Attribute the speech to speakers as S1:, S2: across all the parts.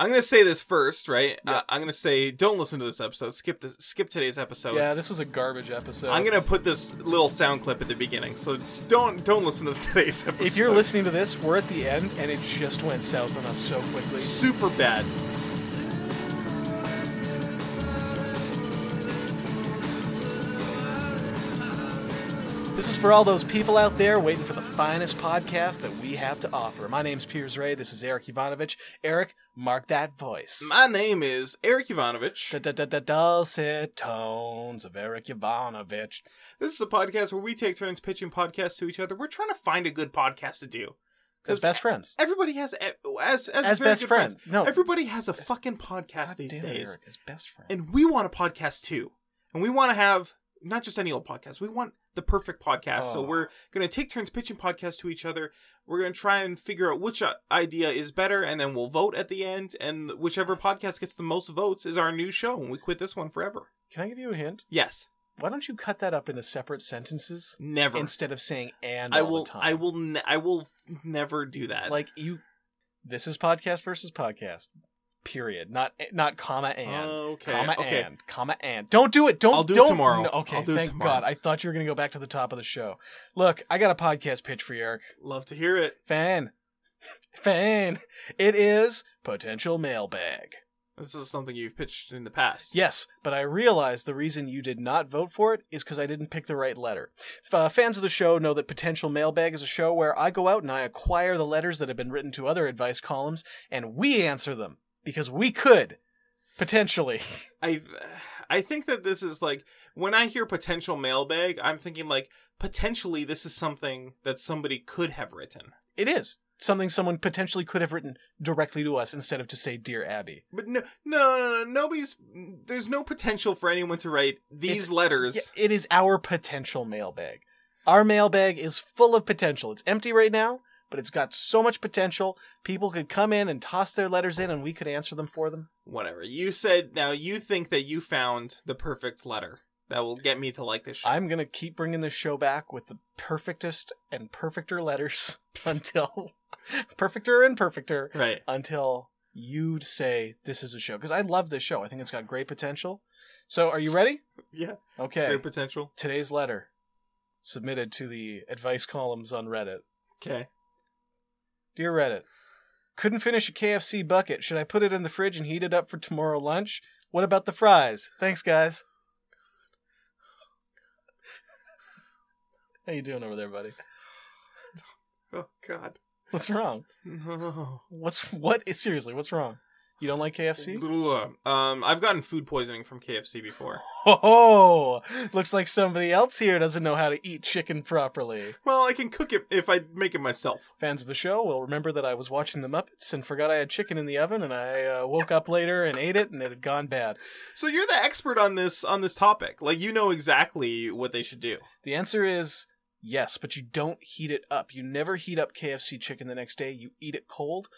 S1: I'm gonna say this first, right? Uh, I'm gonna say don't listen to this episode. Skip this. Skip today's episode.
S2: Yeah, this was a garbage episode.
S1: I'm gonna put this little sound clip at the beginning, so just don't don't listen to today's episode.
S2: If you're listening to this, we're at the end, and it just went south on us so quickly.
S1: super bad.
S2: This is for all those people out there waiting for the finest podcast that we have to offer. My name's Piers Ray. This is Eric Ivanovich. Eric, mark that voice.
S1: My name is Eric Ivanovich.
S2: Da da da da dulcet tones of Eric Ivanovich.
S1: This is a podcast where we take turns pitching podcasts to each other. We're trying to find a good podcast to do.
S2: As best friends.
S1: Everybody has e- as as,
S2: As
S1: very
S2: best
S1: good
S2: friends. No.
S1: Everybody has a fucking podcast
S2: God
S1: these
S2: damn it,
S1: days.
S2: Eric, as best friends.
S1: and we want a podcast too and we want to have not just any old podcast we want the perfect podcast so
S2: Oh.
S1: we're going to take turns pitching podcasts to each other we're going to try and figure out which i- idea is better and then we'll vote at the end and whichever podcast gets the most votes is our new show and we quit this one forever
S2: Can I give you a hint?
S1: yes
S2: Why don't you cut that up into separate sentences
S1: never
S2: instead of saying and
S1: i
S2: all
S1: will
S2: the time?
S1: i will ne- i will never do that
S2: like you this is podcast versus podcast period not not comma and
S1: Okay,
S2: comma
S1: okay.
S2: and comma and don't do it don't
S1: I'll do it
S2: not
S1: tomorrow.
S2: okay
S1: I'll do it
S2: thank
S1: tomorrow.
S2: god i thought you were gonna go back to the top of the show look i got a podcast pitch for you eric
S1: love to hear it
S2: fan fan it is potential mailbag
S1: this is something you've pitched in the past
S2: Yes, but I realize the reason you did not vote for it is because I didn't pick the right letter. Uh, fans of the show know that Potential Mailbag is a show where I go out and I acquire the letters that have been written to other advice columns, and we answer them because we could potentially.
S1: I I think that this is like when I hear potential mailbag, I'm thinking like potentially this is something that somebody could have written.
S2: It is something someone potentially could have written directly to us instead of to say, "Dear Abby."
S1: But no, no, no, no nobody's. There's no potential for anyone to write these
S2: It's-
S1: letters.
S2: Yeah, it is our potential mailbag. Our mailbag is full of potential. It's empty right now, but it's got so much potential. People could come in and toss their letters in, and we could answer them for them.
S1: Whatever you said. Now you think that you found the perfect letter that will get me to like this show.
S2: I'm gonna keep bringing this show back with the perfectest and perfecter letters until perfecter and perfecter
S1: right.
S2: until you say this is a show because I love this show. I think it's got great potential. So, are you ready?
S1: Yeah. It's
S2: Okay.
S1: Great potential.
S2: Today's letter submitted to the advice columns on Reddit.
S1: Okay.
S2: Dear Reddit, couldn't finish a KFC bucket. Should I put it in the fridge and heat it up for tomorrow lunch? What about the fries? Thanks, guys. How you doing over there, buddy?
S1: Oh God.
S2: What's wrong?
S1: No.
S2: What's what? Seriously, what's wrong? You don't like KFC?
S1: Um, I've gotten food poisoning from KFC before.
S2: Oh, looks like somebody else here doesn't know how to eat chicken properly.
S1: Well, I can cook it if I make it myself.
S2: Fans of the show will remember that I was watching the Muppets and forgot I had chicken in the oven, and I uh, woke up later and ate it, and it had gone bad.
S1: So you're the expert on this on this topic. Like you know exactly what they should do.
S2: The answer is yes, but you don't heat it up. You never heat up KFC chicken the next day. You eat it cold.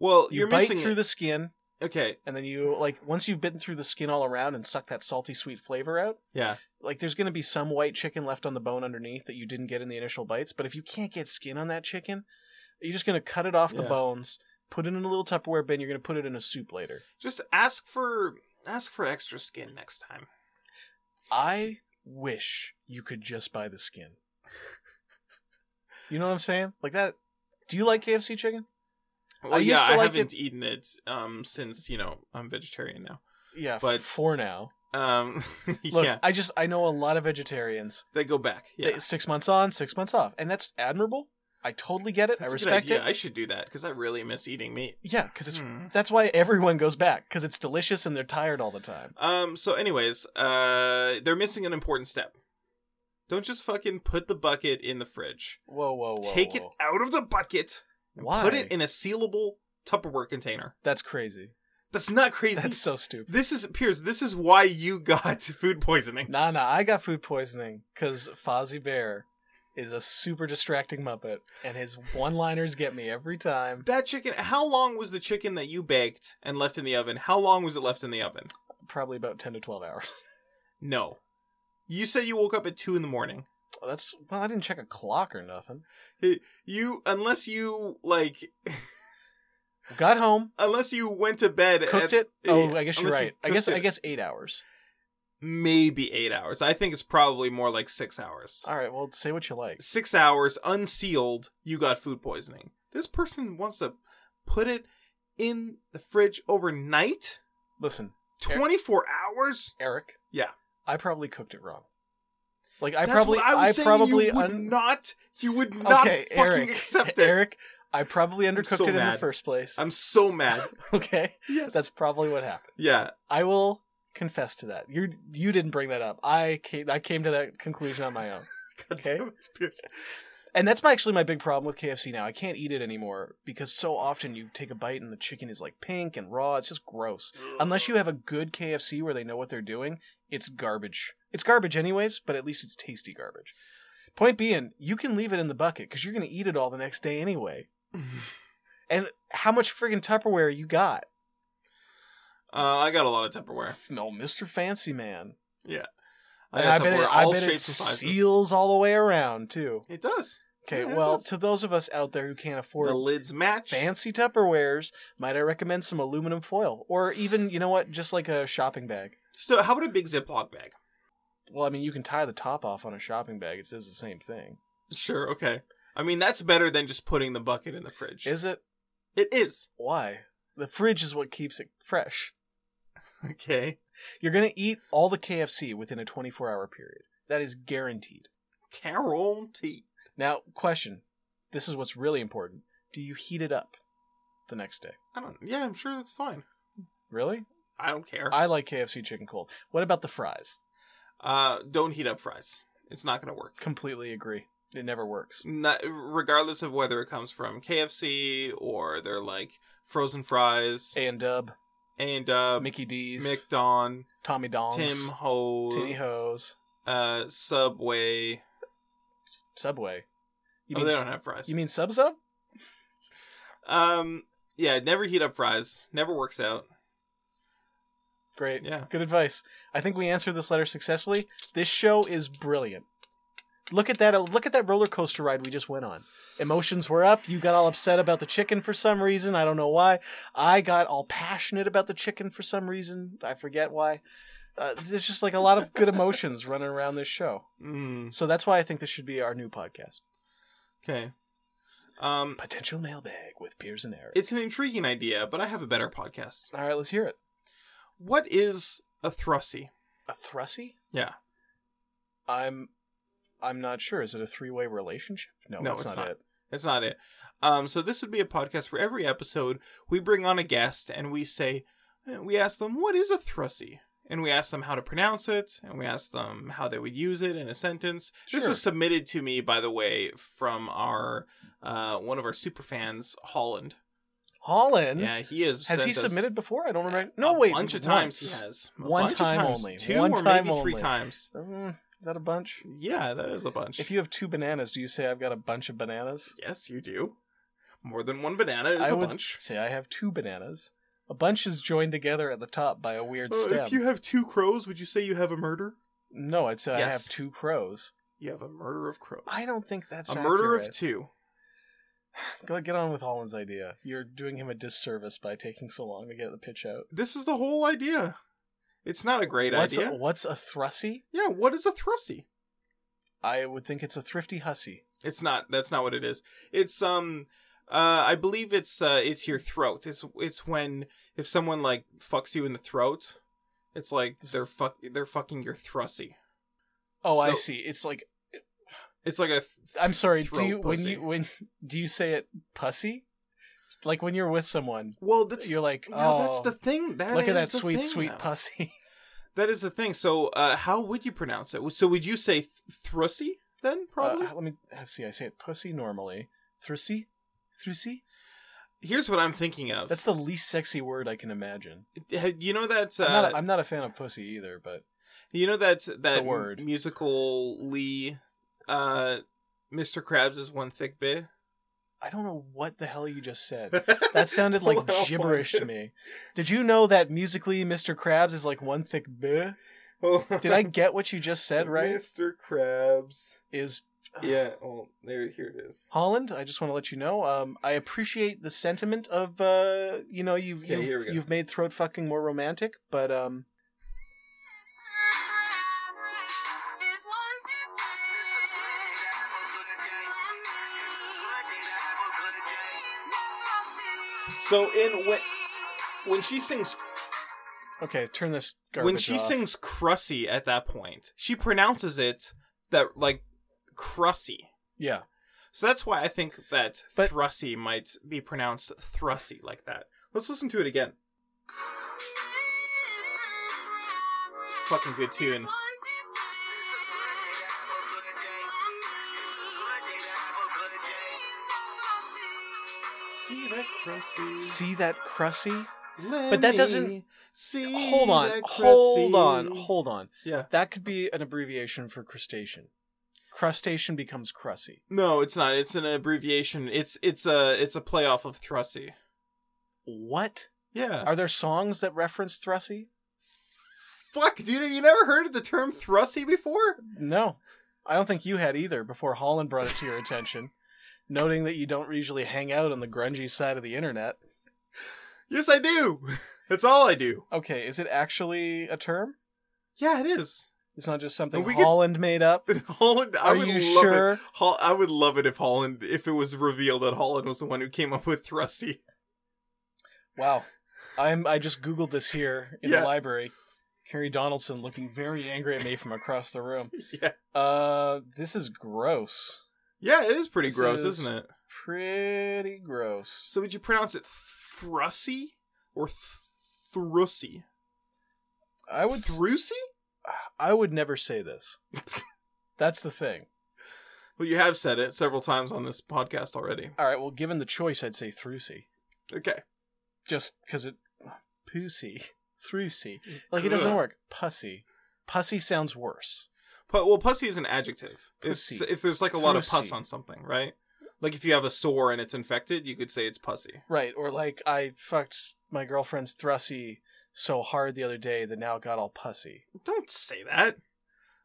S1: Well,
S2: You
S1: you're
S2: bite
S1: missing
S2: through
S1: it.
S2: the skin,
S1: Okay.
S2: and then you like once you've bitten through the skin all around and sucked that salty sweet flavor out.
S1: Yeah.
S2: Like there's going to be some white chicken left on the bone underneath that you didn't get in the initial bites. But if you can't get skin on that chicken, you're just going to cut it off the
S1: Yeah.
S2: bones, put it in a little Tupperware bin. You're going to put it in a soup later.
S1: Just ask for ask for extra skin next time.
S2: I wish you could just buy the skin. You know what I'm saying? Like that. Do you like KFC chicken?
S1: Well,
S2: I used
S1: yeah,
S2: to
S1: I
S2: like
S1: haven't eaten it um since you know I'm vegetarian now.
S2: Yeah,
S1: But-
S2: but for now,
S1: Um,
S2: look,
S1: yeah,
S2: I just I know a lot of vegetarians.
S1: they go back. Yeah,
S2: They- six months on, six months off, and that's admirable. I totally get it.
S1: That's
S2: I
S1: a good
S2: respect
S1: idea.
S2: it.
S1: I should do that because I really miss eating meat.
S2: Yeah, because it's
S1: Hmm.
S2: that's why everyone goes back because it's delicious and they're tired all the time.
S1: Um. So, anyways, uh, they're missing an important step. Don't just fucking put the bucket in the fridge.
S2: Whoa, whoa, whoa!
S1: Take
S2: whoa.
S1: it out of the bucket
S2: Why?
S1: Put it in a sealable Tupperware container.
S2: That's crazy.
S1: That's not crazy.
S2: That's so stupid.
S1: This is Piers. This is why you got food poisoning.
S2: Nah, nah. I got food poisoning because Fozzie Bear is a super distracting Muppet, and his one-liners get me every time.
S1: That chicken. How long was the chicken that you baked and left in the oven? How long was it left in the oven?
S2: Probably about ten to twelve hours.
S1: No. You said you woke up at two in the morning.
S2: Oh, that's well. I didn't check a clock or nothing.
S1: You unless you like
S2: got home,
S1: Unless you went to bed, at,
S2: cooked it. Oh,
S1: yeah,
S2: I guess you're
S1: unless you
S2: right. I guess
S1: cooked
S2: I
S1: it.
S2: guess eight hours.
S1: maybe eight hours. I think it's probably more like six hours.
S2: All right. Well, say what you like.
S1: Six hours unsealed, you got food poisoning. This person wants to put it in the fridge overnight,
S2: Listen, Eric-
S1: twenty four hours.
S2: Eric.
S1: Yeah.
S2: I probably cooked it wrong. Like I
S1: That's
S2: probably
S1: what I was saying.
S2: probably
S1: you would
S2: un-
S1: not. You would not
S2: okay,
S1: fucking
S2: Eric,
S1: accept it.
S2: Eric, I probably undercooked
S1: so
S2: it in the
S1: mad.
S2: first place.
S1: I'm so mad.
S2: Okay,
S1: yes,
S2: that's probably what happened.
S1: yeah.
S2: I will confess to that. You you didn't bring that up. I came I came to that conclusion on my own.
S1: God
S2: Okay.
S1: damn it, Pierce.
S2: And that's my, actually my big problem with KFC now. I can't eat it anymore because so often you take a bite and the chicken is like pink and raw. It's just gross. Unless you have a good KFC where they know what they're doing, it's garbage. It's garbage anyways, but at least it's tasty garbage. Point being, you can leave it in the bucket because you're going to eat it all the next day anyway. And how much friggin' Tupperware you got?
S1: Uh, I got a lot of Tupperware.
S2: No, Mr. Fancy Man.
S1: I
S2: And
S1: got
S2: bet,
S1: Tupperware
S2: it, I
S1: all
S2: bet it
S1: shapes and sizes.
S2: seals all the way around too.
S1: It does.
S2: Okay,
S1: Yeah, it
S2: well,
S1: does.
S2: to those of us out there who can't afford
S1: the lids match.
S2: fancy Tupperwares, might I recommend some aluminum foil or even, you know what, just like a shopping bag.
S1: So, how about a big Ziploc bag?
S2: Well, I mean, you can tie the top off on a shopping bag. It says the same thing.
S1: Sure. Okay. I mean, that's better than just putting the bucket in the fridge.
S2: Is it?
S1: it is.
S2: Why? The fridge is what keeps it fresh.
S1: Okay.
S2: You're going to eat all the KFC within a 24 hour period. That is guaranteed.
S1: Carol T.
S2: Now, question. This is what's really important. Do you heat it up the next day?
S1: I don't. Yeah, I'm sure that's fine.
S2: Really?
S1: I don't care.
S2: I like KFC chicken cold. What about the fries?
S1: Uh, don't heat up fries. It's not gonna work.
S2: Completely agree. It never works.
S1: Not, regardless of whether it comes from KFC or they're like frozen fries
S2: A and Dub,
S1: and uh,
S2: Mickey D's,
S1: McDon,
S2: Tommy Dongs,
S1: Tim Ho,
S2: Tinny Hoes,
S1: uh, Subway.
S2: Subway. You
S1: oh,
S2: mean
S1: they
S2: s-
S1: don't have fries.
S2: you mean Sub Sub?
S1: Um, yeah, never heat up fries. Never works out.
S2: Great.
S1: Yeah.
S2: Good advice. I think we answered this letter successfully. This show is brilliant. Look at that! Look at that roller coaster ride we just went on. Emotions were up. You got all upset about the chicken for some reason. I don't know why. I got all passionate about the chicken for some reason. I forget why. Uh, there's just like a lot of good emotions running around this show.
S1: Mm,
S2: So that's why I think this should be our new podcast,
S1: okay. Um,
S2: potential mailbag with Piers and Eric.
S1: it's an intriguing idea, but I have a better podcast.
S2: all right. Let's hear it.
S1: What is a thrussy?
S2: A thrussy?
S1: Yeah.
S2: I'm. I'm not sure. Is it a three-way relationship? No,
S1: No,
S2: that's
S1: it's
S2: not,
S1: not.
S2: it.
S1: That's not it. Um, so this would be a podcast where every episode we bring on a guest and we say, eh, we ask them what is a thrussy, and we ask them how to pronounce it, and we ask them how they would use it in a sentence. This
S2: Sure.
S1: was submitted to me, by the way, from our uh, one of our super fans, Holland.
S2: Holland.
S1: yeah, he is.
S2: Has he submitted before? I don't remember. No,
S1: a
S2: wait.
S1: bunch of
S2: once.
S1: times he has. A
S2: One
S1: bunch of
S2: time
S1: times.
S2: only.
S1: Two
S2: One
S1: or
S2: time
S1: maybe three
S2: only.
S1: times.
S2: Mm, is that a bunch?
S1: Yeah, that is a bunch.
S2: If you have two bananas, do you say I've got a bunch of bananas?
S1: Yes, you do. More than one banana is
S2: I
S1: a
S2: would
S1: bunch. Uh,
S2: say I have two bananas. A bunch is joined together at the top by a weird
S1: Uh,
S2: stem.
S1: if you have two crows, would you say you have a murder?
S2: No, I'd say I
S1: Yes.
S2: have two crows.
S1: You have a murder of crows.
S2: I don't think that's
S1: a murder of
S2: accurate.
S1: two.
S2: Go get on with Holland's idea. You're doing him a disservice by taking so long to get the pitch out.
S1: This is the whole idea. It's not a great
S2: what's
S1: idea.
S2: A, what's a thrussy?
S1: Yeah, what is a thrussy?
S2: I would think it's a thrifty hussy.
S1: It's not. That's not what it is. It's um, uh, I believe it's uh, it's your throat. It's it's when if someone like fucks you in the throat, it's like
S2: This-
S1: they're fuck they're fucking your thrussy.
S2: Oh, I
S1: So-
S2: see. It's like
S1: It's like a. Th-
S2: I'm sorry. Do
S1: throat
S2: you when
S1: pussy.
S2: you when do you say it pussy? Like when you're with someone,
S1: well, that's
S2: you're like,
S1: no,
S2: oh,
S1: that's the thing. That
S2: look at
S1: is
S2: that
S1: the
S2: sweet,
S1: thing,
S2: sweet
S1: though.
S2: pussy. Uh,
S1: That is the thing. So, uh, how would you pronounce it? So, would you say th- thrussy then? Probably.
S2: Uh, let me let's see. I say it pussy normally. Thrussy, thrussy.
S1: Here's what I'm thinking of.
S2: That's the least sexy word I can imagine.
S1: you know that uh,
S2: I'm, not a, I'm not a fan of pussy either, but
S1: you know that that
S2: word.
S1: musical Lee, uh, Mr. Krabs is one thick bit.
S2: I don't know what the hell you just said. That sounded like
S1: Well,
S2: gibberish to
S1: fine.
S2: me. Did you know that musically, Mr. Krabs is like one thick bleh? Did I get what you just said right?
S1: Mr. Krabs
S2: Is
S1: Yeah, well, there, here it is.
S2: Holland, I just want to let you know. Um, I appreciate the sentiment of uh, you know, you've
S1: Okay, here we
S2: you've,
S1: go.
S2: you've made throat fucking more romantic, but um,
S1: So in when when she sings
S2: okay, turn this. Garbage
S1: when she
S2: off.
S1: sings Crussy at that point, she pronounces it that like Crussy.
S2: yeah,
S1: So that's why I think that
S2: But-
S1: Thrussy might be pronounced Thrussy like that. Let's listen to it again. Fucking good tune. See that Crussy.
S2: see that Crussy?
S1: Let
S2: But that doesn't-
S1: me See
S2: Hold on,
S1: that
S2: hold on,
S1: Crussy.
S2: hold on.
S1: Yeah.
S2: That could be an abbreviation for crustacean. Crustacean becomes Crussy.
S1: No, it's not. It's an abbreviation. It's it's a it's a playoff of Thrussy.
S2: What?
S1: Yeah.
S2: Are there songs that reference Thrussy?
S1: Fuck, dude, have you never heard of the term Thrussy before?
S2: No, I don't think you had either before Holland brought it to your attention, noting that you don't usually hang out on the grungy side of the internet.
S1: Yes, I do. That's all I do.
S2: Okay, is it actually a term?
S1: Yeah, it is.
S2: It's not just something
S1: We could-
S2: Holland made up.
S1: Holland, I
S2: Are
S1: would
S2: you
S1: love
S2: sure?
S1: it. Hol- I would love it if Holland, if it was revealed that Holland was the one who came up with Thrussy.
S2: Wow, I'm. I just googled this here in
S1: Yeah.
S2: the library. Carrie Donaldson looking very angry at me from across the room.
S1: Yeah,
S2: Uh, this is gross.
S1: yeah, it is pretty
S2: This
S1: gross,
S2: is-
S1: is... not it?
S2: Pretty gross.
S1: So would you pronounce it Thrussy or th- Thrussy?
S2: I would.
S1: Thrussy?
S2: I would never say this. That's the thing.
S1: Well, you have said it several times on this podcast already.
S2: All right. Well, given the choice, I'd say Thrusy,
S1: Okay,
S2: just because it pussy Thrusy. Like it doesn't
S1: Ugh.
S2: work. Pussy. Pussy sounds worse.
S1: Pu- well, pussy is an adjective. If,
S2: Pussy.
S1: if there's like a lot of pus
S2: Thrussy.
S1: on something, right? Like if you have a sore and it's infected, you could say it's pussy.
S2: Right. Or like I fucked my girlfriend's Thrusy so hard the other day that now it got all pussy.
S1: Don't say that.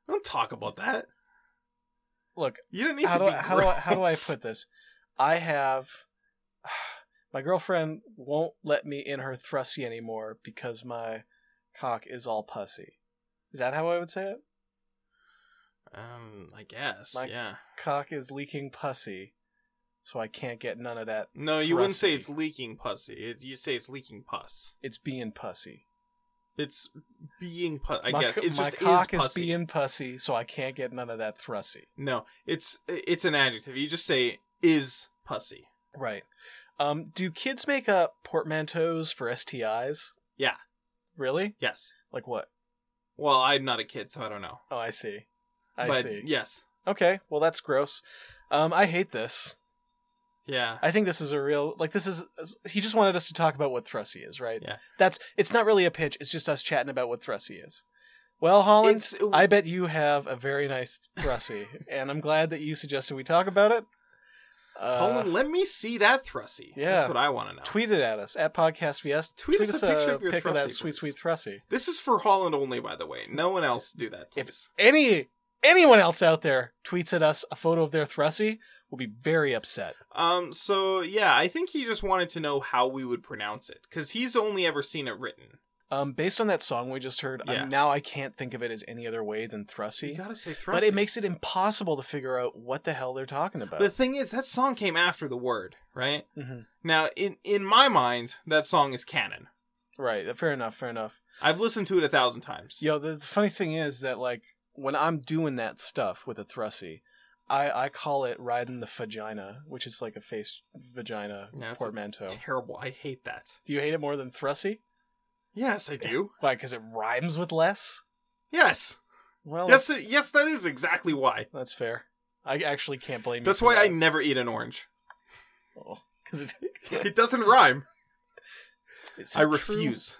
S1: Don't talk about that.
S2: Look,
S1: You didn't need
S2: how
S1: to
S2: do,
S1: be
S2: I, how, do I, how do I
S1: gross.
S2: put this? I have my girlfriend won't let me in her thrusty anymore because my cock is all pussy. Is that how I would say it?
S1: Um, I guess.
S2: Like-
S1: yeah.
S2: Cock is leaking pussy, so I can't get none of that.
S1: No, you wouldn't say
S2: Thrussy.
S1: it's leaking pussy. It, you say it's leaking pus.
S2: It's being pussy.
S1: It's being pus. I
S2: my
S1: guess
S2: co-
S1: it's
S2: my
S1: just
S2: cock
S1: is
S2: is,
S1: pussy.
S2: being pussy, so I can't get none of that thrusty.
S1: No, it's it's an adjective. You just say is pussy.
S2: Right. Um, do kids make up portmanteaus for STIs?
S1: Yeah.
S2: Really?
S1: Yes.
S2: Like what?
S1: Well, I'm not a kid, so I don't know.
S2: Oh, I see. I
S1: but
S2: see.
S1: yes.
S2: Okay, well that's gross. Um, I hate this.
S1: Yeah.
S2: I think this is a real like this is he just wanted us to talk about what Thrusty is, right?
S1: Yeah.
S2: That's it's not really a pitch. It's just us chatting about what Thrusty is. Well, Holland,
S1: It's- uh,
S2: I bet you have a very nice Thrusty, and I'm glad that you suggested we talk about it. Uh,
S1: Colin, let me see that thrussy.
S2: yeah.
S1: That's what I want to know.
S2: Uh, tweet it at us at Podcast VS.
S1: Tweet us a picture of your
S2: pic of that
S1: Thrusty,
S2: sweet,
S1: please.
S2: sweet Thrusty.
S1: This is for Holland only, by the way. No one else do that.
S2: If-
S1: Please.
S2: Any anyone else out there tweets at us a photo of their Thrusty, we'll be very upset.
S1: Um. So yeah, I think he just wanted to know how we would pronounce it because he's only ever seen it written.
S2: Um, based on that song we just heard,
S1: Yeah.
S2: um, now I can't think of it as any other way than
S1: You
S2: Thrusty.
S1: gotta say thrussy.
S2: But it makes it impossible to figure out what the hell they're talking about.
S1: The thing is, that song came after the word, right?
S2: Mhm.
S1: Now, in in my mind, that song is canon.
S2: Right. uh, Fair enough. Fair enough.
S1: I've listened to it a thousand times.
S2: Yo, the, the funny thing is that like when I'm doing that stuff with a Thrusty, I I call it riding the vagina, which is like a face vagina
S1: Yeah, it's a
S2: portmanteau.
S1: Terrible. I hate that.
S2: Do you hate it more than Thrusty?
S1: Yes, I do.
S2: Why? Because it rhymes with less.
S1: Yes.
S2: Well,
S1: Yes. it- Yes, that is exactly why.
S2: that's fair. I actually can't blame you.
S1: That's why I never eat an orange.
S2: Because it,
S1: It doesn't rhyme.
S2: Is
S1: I
S2: it true?
S1: refuse.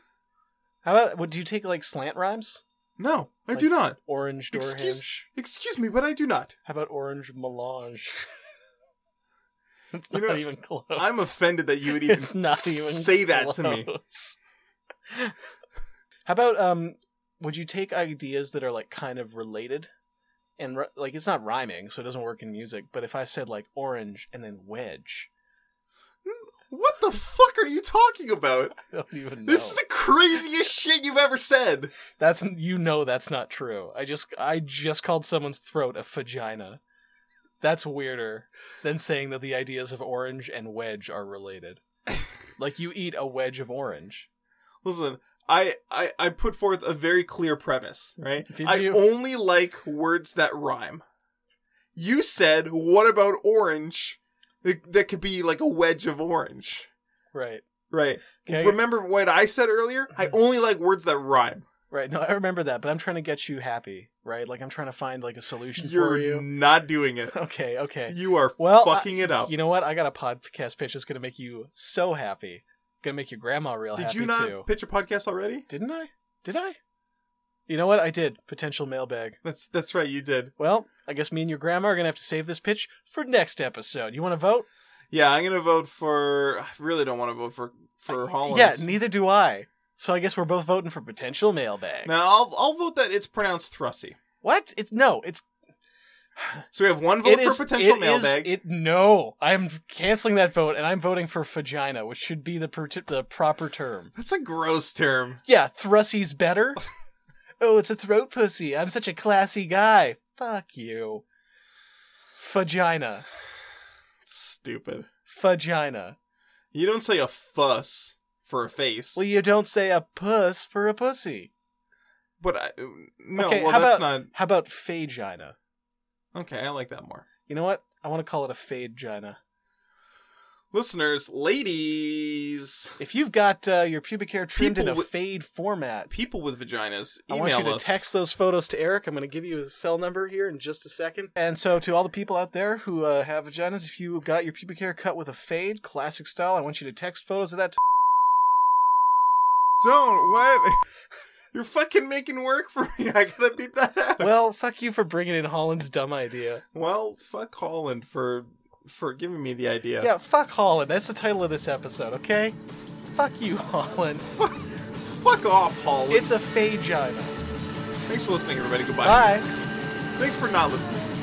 S2: How about what do you take like slant rhymes?
S1: No, I
S2: Like-
S1: do not.
S2: Orange door
S1: Excuse-
S2: hinge.
S1: Excuse me, but I do not.
S2: How about orange melange? it's
S1: You
S2: not
S1: know,
S2: even close.
S1: I'm offended that you would even,
S2: it's not even
S1: say that to me.
S2: close. How about um? Would you take ideas that are like kind of related, and ri- like it's not rhyming, so it doesn't work in music. But if I said like orange and then wedge,
S1: What the fuck are you talking about?
S2: I don't even know.
S1: This is the craziest shit you've ever said.
S2: That's you know that's not true. I just I just called someone's throat a vagina. That's weirder than saying that the ideas of orange and wedge are related. like you eat a wedge of orange.
S1: Listen, I, I I put forth a very clear premise, right?
S2: Did
S1: I
S2: you?
S1: only like words that rhyme. You said, "What about orange?" That that could be like a wedge of orange,
S2: Right.
S1: right?
S2: Okay.
S1: Remember what I said earlier?
S2: Mhm.
S1: I only like words that rhyme.
S2: right. No, I remember that, but I'm trying to get you happy, right? Like I'm trying to find like a solution
S1: You're
S2: for you.
S1: not doing it.
S2: Okay, okay.
S1: You are
S2: Well, I-
S1: fucking it up.
S2: you know what? I got a podcast pitch that's going to make you so happy. Going to make your grandma real
S1: Did
S2: happy
S1: you not
S2: too.
S1: pitch a podcast already?
S2: Didn't I? Did I? You know what? I did. Potential mailbag.
S1: That's that's right. You did.
S2: Well, I guess me and your grandma are gonna have to save this pitch for next episode. You want to vote?
S1: Yeah, I'm gonna vote for. I really don't want to vote for for Hollins.
S2: Yeah, neither do I. So I guess we're both voting for potential mailbag.
S1: now I'll I'll vote that it's pronounced Thrussy.
S2: What? It's no. It's
S1: So we have one vote
S2: it
S1: for
S2: is
S1: potential
S2: it is-
S1: mailbag.
S2: it no. I'm canceling that vote and I'm voting for vagina, which should be the per- the proper term.
S1: That's a gross term.
S2: Yeah, thrusty's better. oh, it's a throat pussy. I'm such a classy guy. Fuck you. Vagina.
S1: It's stupid.
S2: Vagina.
S1: You don't say a fuss for a face.
S2: Well, you don't say a puss for a pussy.
S1: but I, no,
S2: Okay,
S1: well
S2: how
S1: that's
S2: How about phagina?
S1: not okay. I like that more.
S2: You know what? I want to call it a phagina.
S1: Listeners, ladies,
S2: If you've got uh, your pubic hair trimmed in
S1: People
S2: a
S1: wi-
S2: fade format,
S1: people with vaginas,
S2: I
S1: email
S2: want you to
S1: us.
S2: text those photos to Eric. I'm going to give you his cell number here in just a second. And so, to all the people out there who uh, have vaginas, if you got your pubic hair cut with a fade, classic style, I want you to text photos of that. To-
S1: Don't what? You're fucking making work for me. I gotta beat that out. Well,
S2: well, fuck you for bringing in Holland's dumb idea.
S1: fuck Holland for for giving me the idea.
S2: Yeah, fuck Holland. That's the title of this episode, okay? Fuck you, Holland.
S1: Fuck off, Holland.
S2: It's a phagina.
S1: Thanks for listening, everybody. Goodbye.
S2: Bye.
S1: Thanks for not listening.